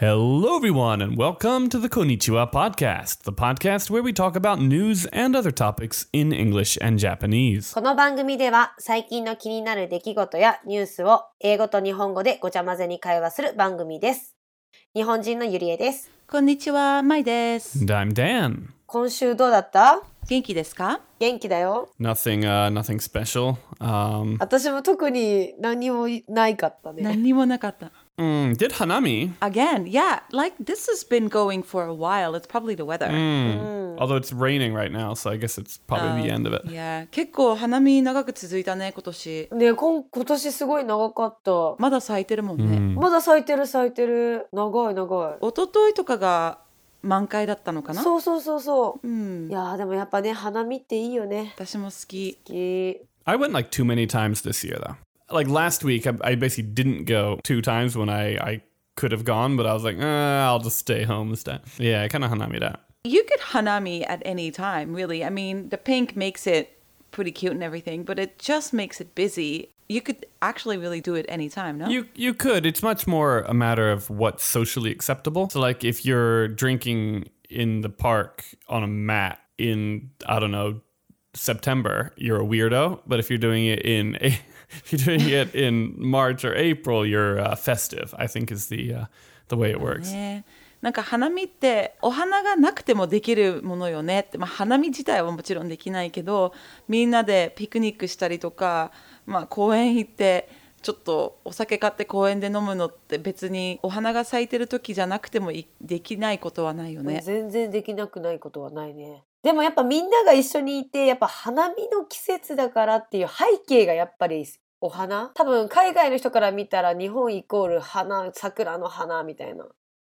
Hello, everyone, and welcome to the Konichiwa Podcast, the podcast where we talk about news and other topics in English and Japanese. この番組では最近の気になる出来事やニュースを英語と日本語でごちゃ混ぜに会話する番組です。日本人のゆりえです。こんにちは、まいです。 And I'm Dan. 今週どうだった元気ですか元気だよ。 Nothing, uh, nothing special. Um, 私も特に何もないかったね。何にもなかった。 mm, did Hanami, Again, yeah, like this has been going for a while. It's probably the weather. Mm. although it's raining right now, so I guess it's probably the end of it. Yeah, 結構花見長く続いたね、今年。ね今今年すごい長かった。まだ咲いてるもんね。まだ咲いてる咲いてる。長い長い。一昨日とかが満開だったのかな。そうそうそうそうう。んい。やーでもやっぱね花見っていいよね。私も好き。好き I went like too many times this year, though. Like last week, I, I basically didn't go two times when I, I could have gone, but I was like, eh, I'll just stay home this time. Yeah, I kind of Hanami that. You could hanami at any time, really. I mean, the pink makes it pretty cute and everything, but it just makes it busy. You could actually really do it any time, no? You you could. It's much more a matter of what's socially acceptable. So like if you're drinking in the park on a mat in I don't know September, you're a weirdo. But if you're doing it in a, if you're doing it in March or April, you're uh, festive. I think is the uh, the way it works. ねなんか花見ってお花がなくてもできるものよねって、まあ、花見自体はもちろんできないけどみんなでピクニックしたりとか、まあ、公園行ってちょっとお酒買って公園で飲むのって別にお花が咲いてる時じゃなくてもいできないことはないよね。全然できなくないことはないね。でもやっぱみんなが一緒にいてやっぱ花見の季節だからっていう背景がやっぱりお花多分海外の人から見たら日本イコール花桜の花みたいな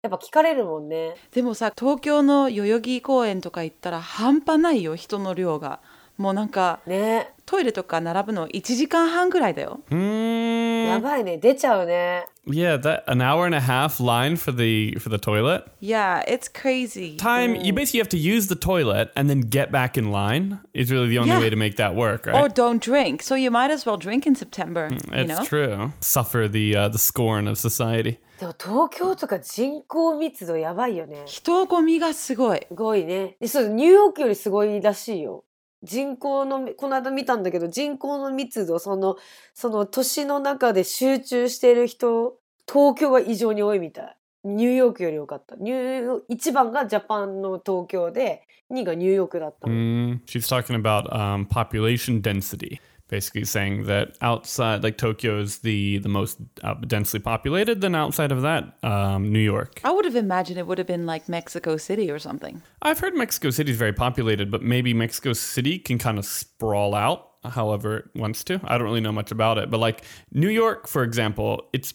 やっぱ聞かれるもんねでもさ東京の代々木公園とか行ったら半端ないよ人の量が。もうなんかね、トイレとか並ぶの1時間半ぐらいだよ。 Hmm. やばいね出ちゃうね Yeah, that an hour and a half line for the for the toilet. Yeah, it's crazy. Time you basically have to use the toilet and then get back in line. Is really the only Yeah. way to make that work, right? Mm, or don't drink. So you might as well drink in September. you It's know, true. Suffer the uh, the scorn of society. でも東京とか人口密度やばいよねす人混みがすごい。ごいねでそうニューヨークよりすごいらしいよ人口のこの間見たんだけど人口の密度そのその年の中で集中してる人東京が異常に多いみたいニューヨークより多かったニューヨ1番がジャパンの東京で2位がニューヨークだったの、 Mm, she's talking about um, population density, basically saying that outside, like Tokyo is the the most uh, densely populated. Then outside of that, um, New York. I would have imagined it would have been like Mexico City or something. I've heard Mexico City is very populated, but maybe Mexico City can kind of sprawl out however it wants to. I don't really know much about it, but like New York, for example, it's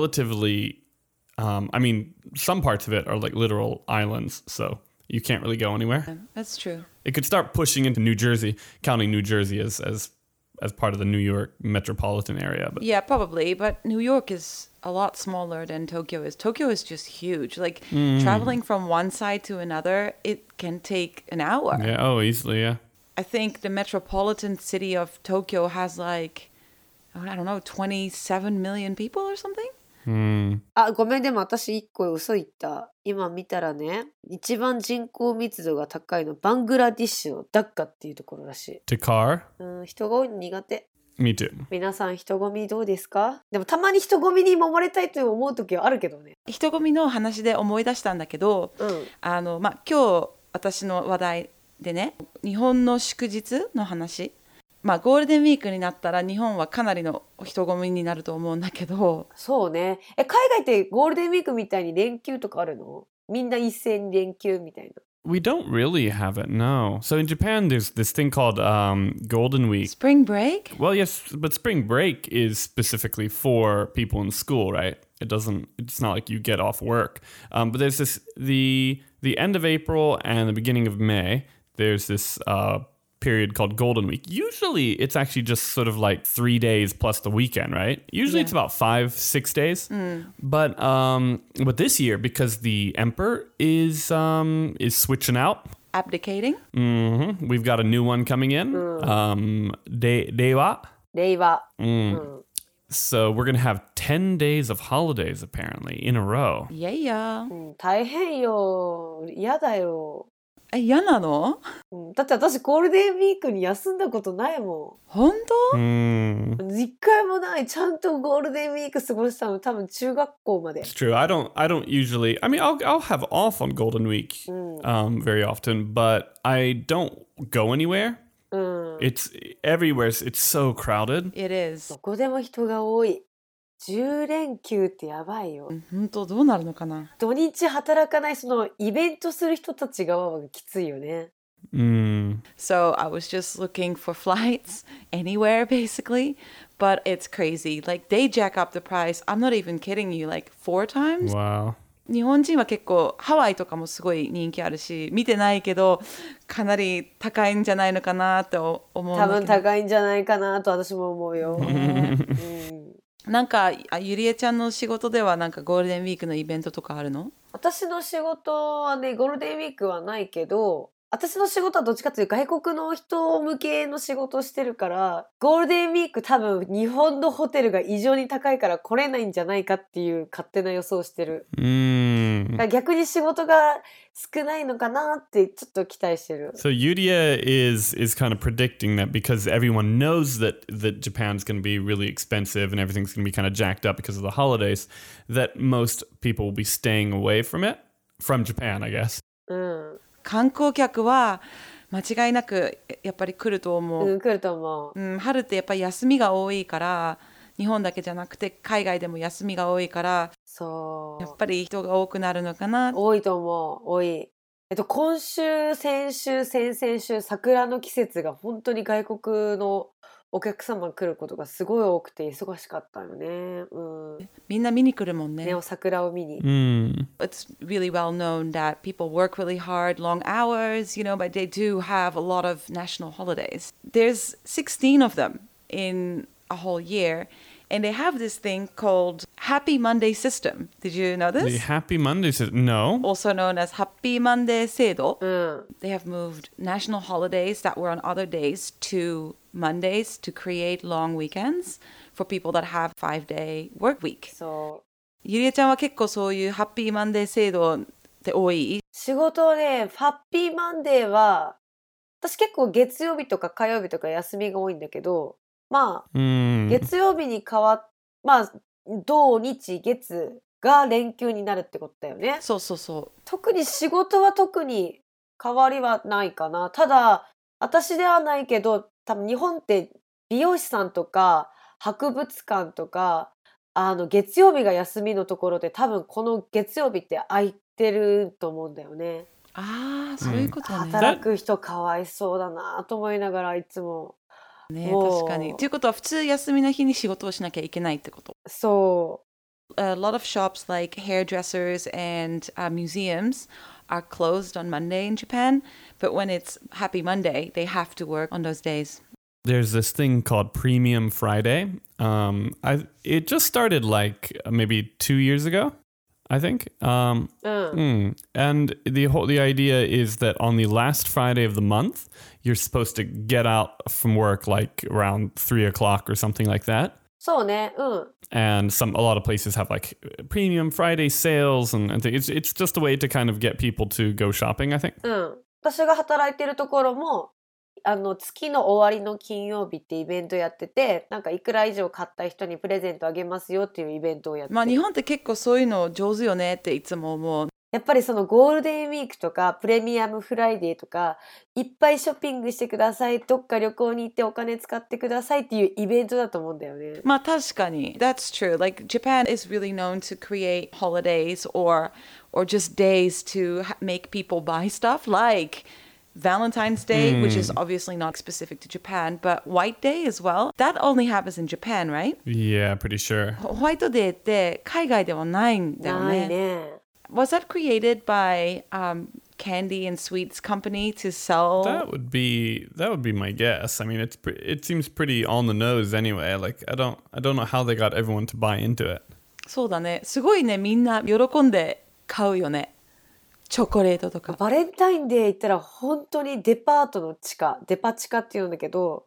relatively. Um, I mean, some parts of it are like literal islands, so you can't really go anywhere. That's true. It could start pushing into New Jersey, counting New Jersey as as as part of the New York metropolitan area. But Yeah, probably. But New York is a lot smaller than Tokyo is. Tokyo is just huge. Like Mm. traveling from one side to another, it can take an hour. yeah, oh, easily, yeah. I think the metropolitan city of Tokyo has like, I don't know, 27 million people or something? Hmm. あごめんでも私一個嘘言った今見たらね一番人口密度が高いのバングラディッシュのダッカっていうところらしい、 Dakar, うん、人が多いの苦手 me too. 皆さん人混みどうですかでもたまに人混みに揉まれたいと思う時はあるけどね人混みの話で思い出したんだけど、うんあのまあ、今日私の話題でね日本の祝日の話、まあ、ゴールデンウィークになったら日本はかなりの人混みになると思うんだけどそうねえ海外ってゴールデンウィークみたいに連休とかあるのみんな一斉に連休みたいな We don't really have it, no. So in Japan, there's this thing called um, Golden Week. スプリングブレイク Well, yes, but spring break is specifically for people in school, right? It doesn't. It's not like you get off work. Um, but there's this the the end of April and the beginning of May. There's this uh, period called Golden Week. Usually, it's actually just sort of like three days plus the weekend, right? Usually, it's about five six days. But um, but this year, because the emperor is um, is switching out, アプリケーティング hmm we've got a new one coming in. Um, De Dewa. 令和、 So we're gonna have ten days of holidays apparently in a row. いやいやうん、大変よ嫌だよ、え嫌なのうん、だって私ゴールデンウィークに休んだことないも本 Hmm. ん一回もないちゃんとゴールデンウィーク過ごしたの多分中学校まで It's true. I don't. I don't usually. I mean, I'll I'll have off on Golden Week, um, very often, but I don't go anywhere. うん It's everywhere. It's so crowded. 当 ?It is どこでも人が多い10連休ってやばいよ本当どうなるのかな土日働かないそのイベントする人たち側がきついよね Mm. So I was just looking for flights anywhere basically, but it's crazy. Like they jack up the price. I'm not even kidding you. Like four times. Wow. 日本人は結構ハワイとかもすごい人気あるし、見てないけどかなり高いんじゃないのかなって思うん多だけど。分高いんじゃないかなと私も思うよ、Hmm. うんなんかあゆりえちゃんの仕事ではなんかゴールデンウィークのイベントとかあるの？私の仕事はねゴールデンウィークはないけど私の仕事はどっちかというと外国の人向けの仕事をしてるからゴールデンウィーク多分日本のホテルが異常に高いから来れないんじゃないかっていう勝手な予想をしてる Mm. 逆に仕事が少ないのかなってちょっと期待してる So Yudia is is kind of predicting that because everyone knows that that Japan's going to be really expensive and everything's going to be kind of jacked up because of the holidays, that most people will be staying away from it from Japan, I guess. うん、観光客は間違いなくややっぱり来ると思う。うん、来ると思ううん、春ってやっぱり休みが多いから日本だけじゃなくて海外でも休みが多いからそやっうぱり人が多くなるのかな 多いと思う多いえっと今週先週先々週桜の季節が本当に外国のお客様来ることがすごい多くて忙しかったよねうんみんな見に来るもんねねお桜を見に Mm. It's really well known that people work really hard long hours you know but they do have a lot of national holidays there's 16 of them in a whole year and they have this thing called Happy Monday system did you know The this Happy Monday says no. also known as Happy Monday 制度うん They have moved national holidays that were on other days to Mondays to create long weekends for people that have five day work week. そうゆりえちゃんは結構そういうハッピーマンデー制度って多い仕事はねハッピーマンデーは私結構月曜日とか火曜日とか休みが多いんだけどまあ Mm. 月曜日に変わっまあ土日月が連休になるってことだよねそうそうそ特に仕事は特に変わりはないかなただ私ではないけど多分日本って美容師さんとか博物館とかあの月曜日が休みのところで多分この月曜日って空いてると思うんだよねう。ああ、そういうことね。働く人かわいそうだなと思いながらいつもねおー確かに。ということは普通休みの日に仕事をしなきゃいけないってこと。そ a lot of shops like hairdressers and uh, museums are closed on Monday in Japan, but when it's Happy Monday, they have to work on those days. There's this thing called Premium Friday. Um, I it just started like uh, maybe two years ago, I think. Um, うう Mm. ん、And the whole the idea is that on the last Friday of the month, you're supposed to get out from work like around three o'clock or something like that. そうねうん And some a lot of places have like premium Friday sales and, and things. It's it's just a way to kind of get people to go shopping. I think. うん、私が働いてるところもあの月の終わりの金曜日ってイベントやっててなんかいくら以上買った人にプレゼントあげますよっていうイベントをやってまあ日本って結構そういうの上手よねっていつも思う。やっぱりそのゴールデンウィークとかプレミアムフライデーとかいっぱいショッピングしてくださいどっか旅行に行ってお金使ってくださいっていうイベントだと思うんだよね。まあ確かに。That's true. Like Japan is really known to create holidays or or just days to ha- make people buy stuff like Valentine's Day, which is obviously not specific to Japan, but White Day as well. That only happens in Japan, right? Yeah, pretty sure. ホワイトデーって海外ではないんだよなね。いね。 Was that created by、um, Candy and Sweets Company to sell? That would be that would be my guess. I mean, it's pre- it seems pretty on the nose anyway. Like I don't I don't know how they got everyone to buy into it. そうだね。すごいね、みんな喜んで買うよね。チョコレートとか。バレンタインデー行ったら本当にデパートの地下デパ地下っていうんだけど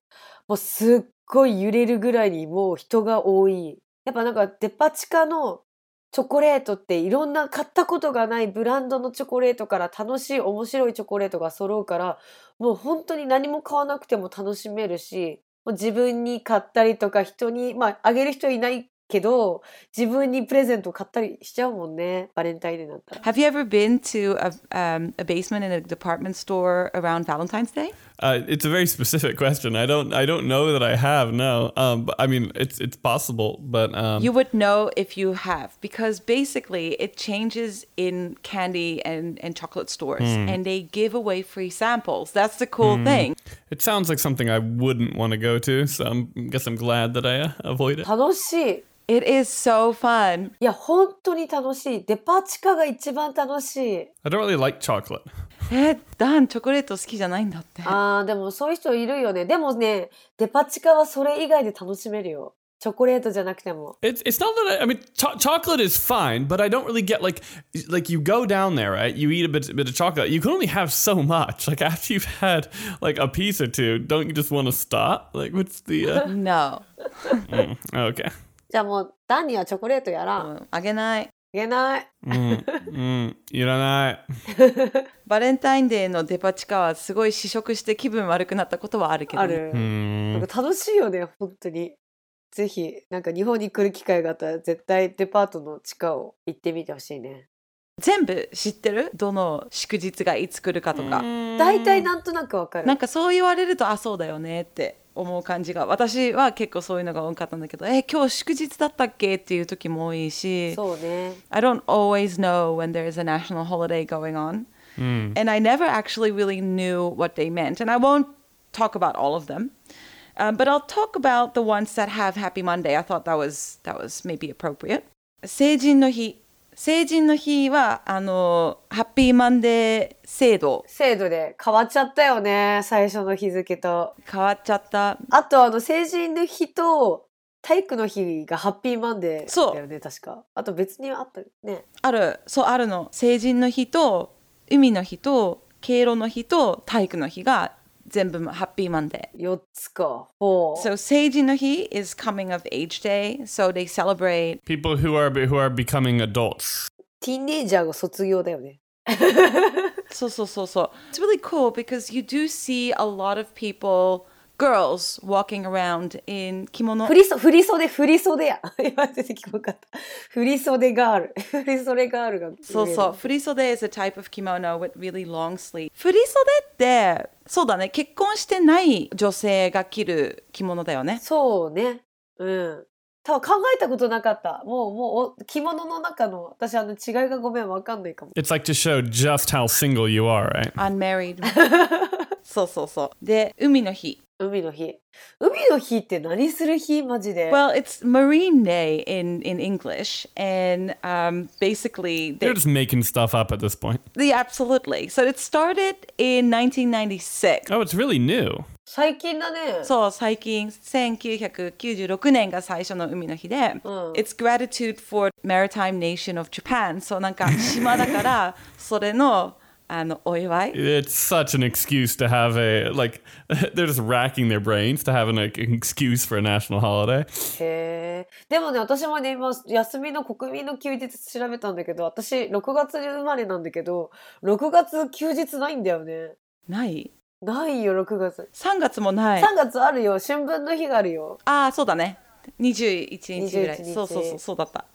もうすっごい揺れるぐらいにもう人が多い。やっぱなんかデパ地下のチョコレートっていろんな買ったことがないブランドのチョコレートから楽しい面白いチョコレートが揃うからもう本当に何も買わなくても楽しめるしもう自分に買ったりとか人にまああげる人いないけど自分にプレゼント買ったりしちゃうもんねバレンタインデーなんか Have you ever been to a, um, a basement in a department store around Valentine's Day? Uh, it's a very specific question. I don't. I don't know that I have. No. Um. But, I mean, it's it's possible, but um. You would know if you have, because basically it changes in candy and, and chocolate stores, and they give away free samples. That's the cool thing. it sounds like something I wouldn't want to go to. So I'm, I guess I'm glad that I uh, avoid it. 楽しい It is so fun. いや本当に楽しいデパ地下が一番楽しい I don't really like chocolate. え、ダン、チョコレー Eh, ト好きじゃないんだって。あーでもそういう人いるよねでもねデパ地下はそれ以外で楽しめるよチョコレートじゃなくても It's it's not that I, I mean cho- chocolate is fine, but I don't really get like like you go down there, right? You eat a bit bit of chocolate. You can only have so much. Like after you've had like a piece or two, don't you just want to stop? Like what's the uh, oh, No. okay? じゃあもうダンにはチョコレートやらん、いあげない。けない Mm, you don't know. バレンタインデーのデパ地下はすごい試食して気分悪くなったことはあるけど、あね、る、Hmm. なんか楽しいよね本当にぜひなんか日本に来る機会があったら絶対デパートの地下を行ってみてほしいね全部知ってるどの祝日がいつ来るかとか、Hmm. 大体なんとなくわかる なんかそう言われるとあそうだよねって思う感じが私は結構そういうのが多かったんだけどえ今日祝日だったっけっていう時も多いしそうね I don't always know when there is a national holiday going on Hmm. and I never actually really knew what they meant and I won't talk about all of them um, but I'll talk about the ones that have Happy Monday I thought that was that was maybe appropriate 成人の日成人の日はあのハッピーマンデー制度制度で変わっちゃったよね最初の日付と変わっちゃったあとあの成人の日と体育の日がハッピーマンデそうーだよね確かあと別にあったよねあるそうあるの成人の日と海の日と敬老の日と体育の日が全部ハッピーマンデー。 4つかほう So 成人の日 is coming of age day, so they celebrate People who are who are becoming adults. ティーンネイジャーが卒業だよね So so so so. It's really cool because you do see a lot of people, girls walking around in 着物振りそ振り袖振り袖や 今出てきなかった振り袖ガール 振り袖ガールがそうそう。振り袖 is a type of kimono with really long sleeve. 振り袖ってそうだね。結婚してない女性が着る着物だよね。そうねうん多分考えたことなかったもうもうお着物の中の私あの違いがごめんわかんないかも It's like to show just how single you are, right? unmarried そうそうそうで海の日海の日海の日って何する日マジで well it's marine day in in english and um basically They're they, just making stuff up at this point. they absolutely so it started in 1996 Oh, it's really new. 最近だねそう最近1996年が最初の海の日で、It's gratitude for maritime nation of Japan そうなんか島だからそれのあのお祝い It's such an excuse to have a like. They're just racking their brains to have an, like, an excuse for a national holiday. へえでもね私もね今休みの国民の休日調べたんだけど私6月生まれなんだけど6月休日ないんだよねないないよ6月、 3月もない3月あるよ春分の日があるよああそうだね21日ぐらい21日そうそうそうそうだった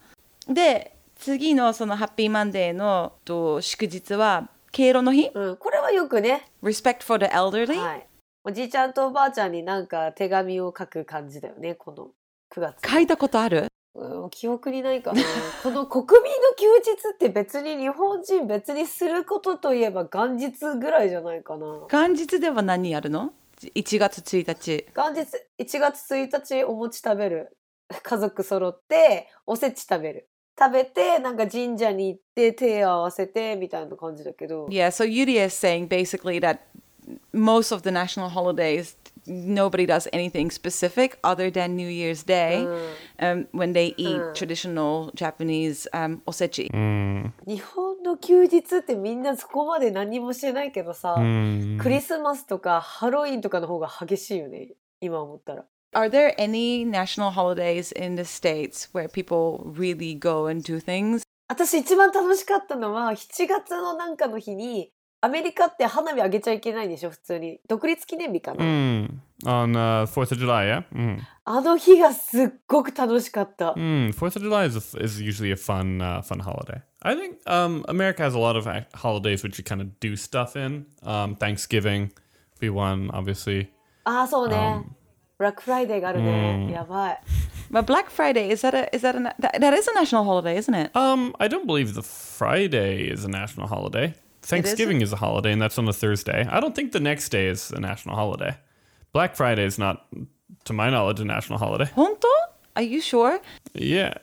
で次のそのハッピーマンデーのと祝日は敬老の日うんこれはよくね Respect for the elderly、はいおじいちゃんとおばあちゃんになんか手紙を書く感じだよねこの9月書いたことあるうん、記憶にないかな この国民の休日って別に日本人別にすることといえば元日ぐらいじゃないかな元日では何やるの ?1 月1日元日1月1日お餅食べる 家族揃っておせち食べる食べてなんか神社に行って手合わせてみたいな感じだけど Yeah, so Yuri is saying basically that most of the national holidays, nobody does anything specific other than New Year's Day um, when they eat traditional Japanese um, osechi. Mm, 日本の休日ってみんなそこまで何もしてないけ mm, どさクリスマスとかハロウィンとかの方が激しいよね今思ったら Are there any national holidays in the States where people really go and do things? 私一番楽しかったのは7月のなんかの日にアメリカって花火あげちゃいけないでしょ普通に独立記念日かな、 Mm. On uh, Fourth of July, yeah. Mm. あの日がすっごく楽しかった、 Mm. Fourth of July is a, is usually a fun uh, fun holiday. I think um, America has a lot of ac- holidays which you kind of do stuff in. Um, Thanksgiving, be one obviously. ああそうね、ブラックフライデーがあるね、うんやばい But Black Friday is that a is that a that, that is a national holiday, isn't it? Um, I don't believe the Friday is a national holiday. Thanksgiving is a holiday, and that's on a Thursday. I don't think the next day is a national holiday. Black Friday is not, to my knowledge, a national holiday. Honto? Are you sure? Yeah,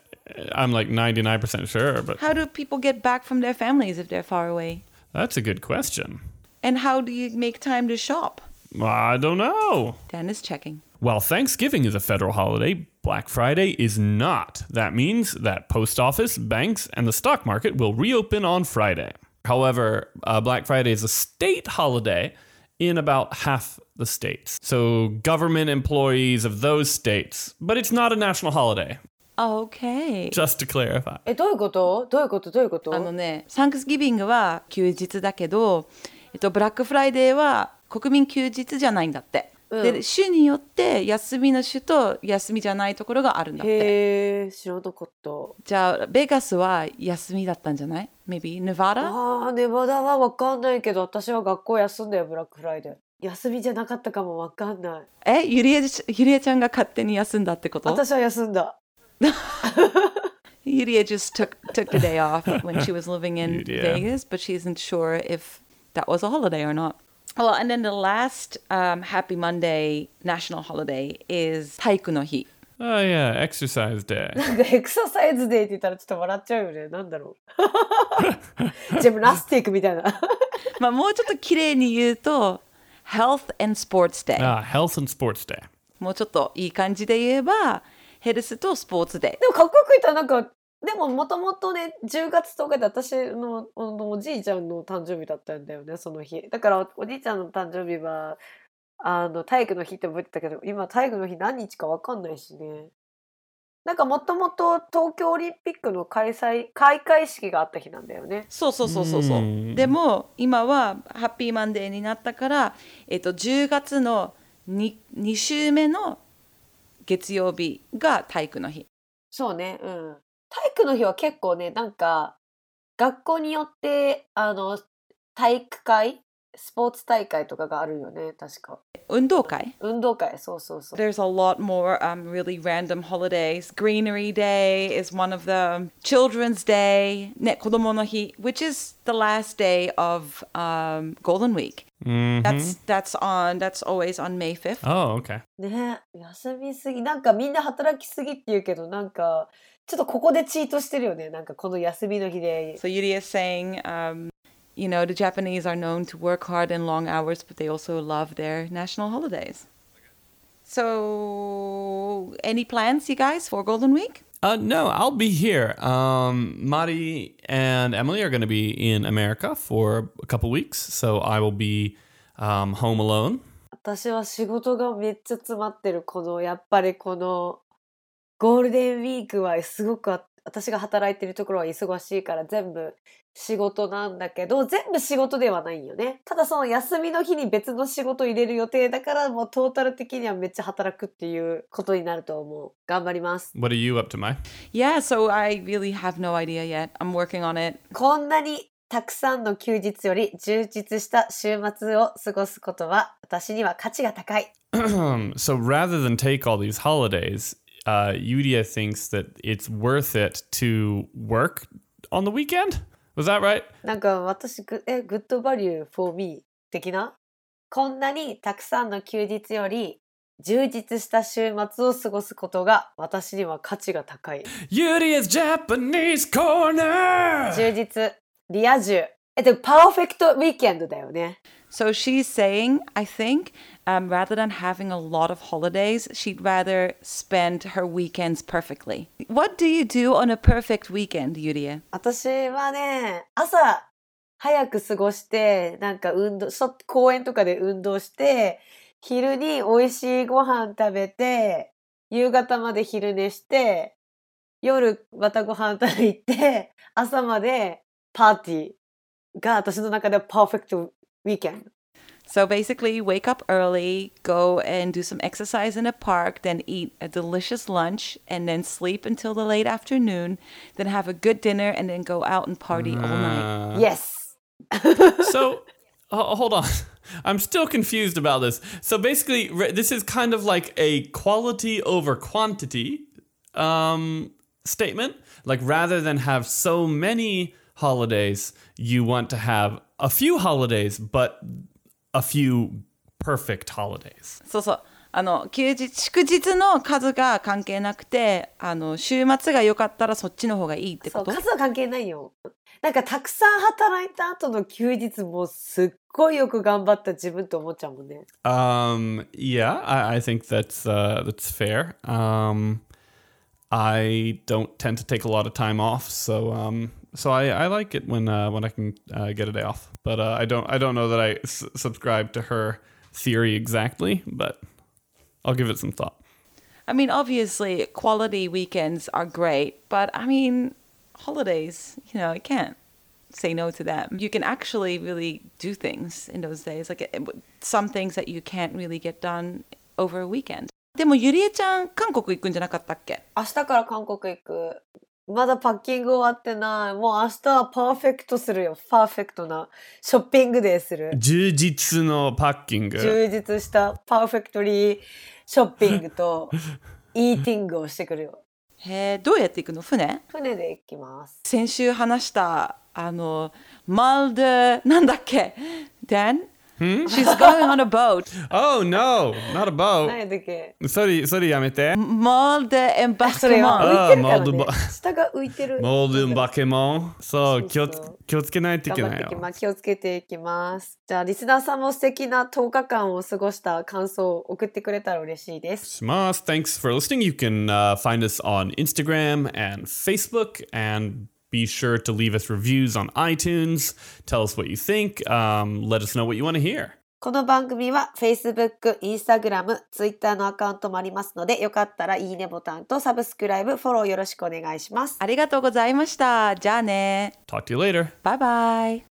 I'm like 99% sure, but How do people get back from their families if they're far away? that's a good question. And how do you make time to shop? I don't know. Dan is checking. While Thanksgiving is a federal holiday, Black Friday is not. That means that post office, banks, and the stock market will reopen on Friday. However, uh, Black Friday is a state holiday in about half the states. So, government employees of those states, but it's not a national holiday, Okay. just to clarify. えどういうことどういうことどういうことあのね、サンクスギビングは休日だけど、えっと、ブラックフライデーは国民休日じゃないんだって。うんで、州によって休みの州と休みじゃないところがあるんだって。へえ知らなかったじゃあ、ベガスは休みだったんじゃない ?Maybe Nevada? ああネバダはわかんないけど私は学校休んだよブラックフライデー休みじゃなかったかもわかんないえ、ゆりえちゆりえちゃんが勝手に休んだってこと私は休んだ Yuria just took took the day off when she was living in Yuria. Vegas, but she isn't sure if that was a holiday or not. Well, and then the last um, Happy Monday national holiday is Taiku no Hi. Oh, yeah, exercise day. なんかエクササイズデーって言ったらちょっと笑っちゃうよねなんだろうジムナスティックみたいなまあもうちょっと綺麗に言うと Health and Sports Day. Ah, health and sports day. もうちょっといい感じで言えばヘルスとスポーツデー。でもかっこよく言ったらなんかでももともとね10月10日で私のあのおじいちゃんの誕生日だったんだよねその日だからおじいちゃんの誕生日はあの体育の日って覚えてたけど今体育の日何日か分かんないしねなんかもともと東京オリンピックの開催開会式があった日なんだよねそうそうそうそうそう Mm. うんでも今はハッピーマンデーになったから、えっと10月の 2, 2週目の月曜日が体育の日そうねうん体育の日は結構ねなんか学校によってあの体育会スポーツ大会とかがあるよね確か運動会運動会そうそうそう There's a lot more um, really random holidays Greenery Day is one of them Children's Day ね子供の日 which is the last day of、um, Golden Week Mhm. that's that's on that's always on May 5th Oh, okay. ね休みすぎなんかみんな働きすぎって言うけどなんかちょっとここでチートしてるよねなんかこの休みの日で So Yuri is saying, um, you know, the Japanese are known to work hard and long hours, but they also love their national holidays. So, any plans, you guys, for Golden Week? Uh, no, I'll be here. Um, Mari and Emily are going to be in America for a couple weeks, so I will be um, home alone. 私は仕事がめっちゃ詰まってるこのやっぱりこのゴールデンウィークはすごくあ私が働いてるところは忙しいから全部仕事なんだけど全部仕事ではないんよねただその休みの日に別の仕事入れる予定だからもうトータル的にはめっちゃ働くっていうことになると思う頑張ります What are you up to, Mai? Yeah, so I really have no idea yet. I'm working on it. こんなにたくさんの休日より充実した週末を過ごすことは私には価値が高い。 so rather than take all these holidays, uh, Yudia thinks that it's worth it to work on the weekend. Was that right? なんか私ぐえグッドバリュー for me 的なこんなにたくさんの休日より充実した週末を過ごすことが私には価値が高い。 Yudia's Japanese corner. 充実、リア充。えでもパーフェクトウィーケンドだよね。 So she's saying, I think, um, rather than having a lot of holidays, she'd rather spend her weekends perfectly. What do you do on a perfect weekend, Yuria? 私はね朝早く過ごしてなんか運動そ公園とかで運動して昼に美味しいご飯食べて、夕方まで昼寝して、夜またご飯食べ行って、朝までパーティーが私の中ではパーフェクトウィーケンド。 So basically, wake up early, go and do some exercise in a park, then eat a delicious lunch, and then sleep until the late afternoon, then have a good dinner, and then go out and party all Mm. night. Uh, yes! so ho- hold on i'm still confused about this so basically re- this is kind of like a quality over quantity um, statement like rather than have so many holidays you want to have a few holidays but a few perfect holidays そうそう。あの休日祝日の数が関係なくてあの週末が良かったらそっちの方がいいってそこう、と数は関係ないよ。なんかたくさん働いた後の休日もすっごいよく頑張った自分と思っちゃうもんね。 Um. Yeah, I, I think that's uh, that's fair. Um, I don't tend to take a lot of time off, so um, so I, I like it when uh, when I can uh, get a day off. But uh, I don't I don't know that I s- subscribe to her theory exactly, but I'll give it some thought. I mean, obviously, quality weekends are great, but I mean, holidays, you know, I can't say no to them. You can actually really do things in those days, like it- it- some things that you can't really get done over a weekend. でもゆりえちゃん韓国行くんじゃなかったっけ明日から韓国行く。まだパッキング終わってない。もう明日はパーフェクトするよ。パーフェクトなショッピングデーする。充実したパーフェクトリーショッピングとイーティングをしてくるよ。へえどうやって行くの船船で行きます。先週話したあのマルデなんだっけ Dan? She's going on a boat. Oh no, not a boat. 何だっけ Sorry, sorry, yamete. Mm. マルデ embarkment. それは浮いてあるから、ねーモードバ、下が浮いてる。頑張ってきます。気をつけていきます。じゃあ、リスナーさんも素敵な10日間を過ごした感想を送ってくれたら嬉しいです。 Smas, thanks for listening. You can uh, find us on Instagram and Facebook, and be sure to leave us reviews on iTunes. Tell us what you think. Um, let us know what you want to hear. この番組は Facebook、Instagram、Twitter のアカウントもありますので、よかったらいいねボタンとサブスクライブ、フォローよろしくお願いします。ありがとうございました。じゃあね。 Talk to you later. バイバイ。